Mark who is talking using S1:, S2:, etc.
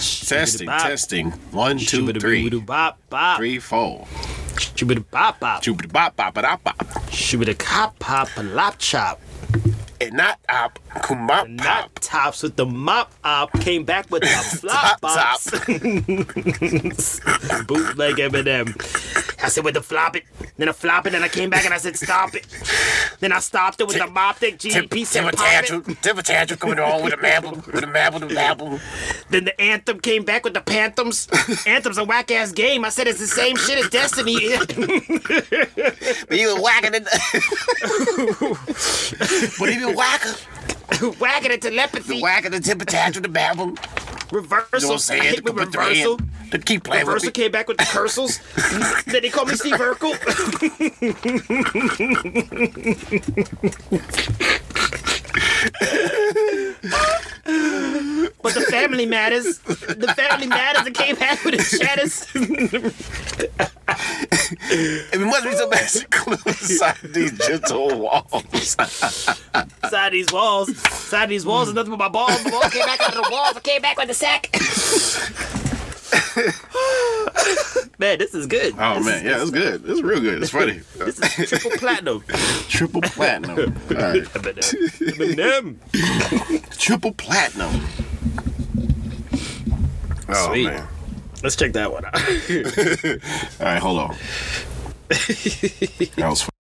S1: Testing, testing. One, two, three.
S2: bop bop.
S1: Three, four.
S2: Shubida bop bop.
S1: Choop bop bop bop bop.
S2: Shubida cop pop a lop chop.
S1: And not op, kumop
S2: Not
S1: pop.
S2: tops with the mop op. Came back with the flop
S1: Top top.
S2: pops. Bootleg Eminem. I said with the flop it, then I flop it, and I came back and I said stop it. Then I stopped it with the mop that
S1: Tip
S2: GDP
S1: tip a
S2: said pop
S1: tantrum,
S2: it.
S1: tip a tantrum coming on with a mamble, with a mamble, with a mamble.
S2: Then the anthem came back with the panthems. Anthem's a whack ass game. I said it's the same shit as Destiny.
S1: But you been whacking it. But he been whacking,
S2: Whacking it telepathy.
S1: been whacking the tip a tantrum, the mamble. You know what
S2: Reversal.
S1: I'm
S2: I
S1: saying?
S2: hit
S1: To
S2: with
S1: put the
S2: reversal.
S1: hand, to keep playing with
S2: Reversal
S1: me.
S2: came back with the cursals. then they called me Steve Urkel. but the family matters. The family matters. It came back with the chatters.
S1: It must be some magic glue inside these gentle walls.
S2: Side these walls. Side these walls is nothing but my balls. The balls came back out of the walls. I came back with the sack. man, this is good.
S1: Oh man, yeah, it's good. It's real good. It's funny.
S2: This is triple platinum.
S1: Triple platinum. All right.
S2: Eminem. Eminem.
S1: Triple platinum. Oh
S2: Sweet.
S1: man.
S2: Let's check that one out.
S1: All right, hold on. that was fun.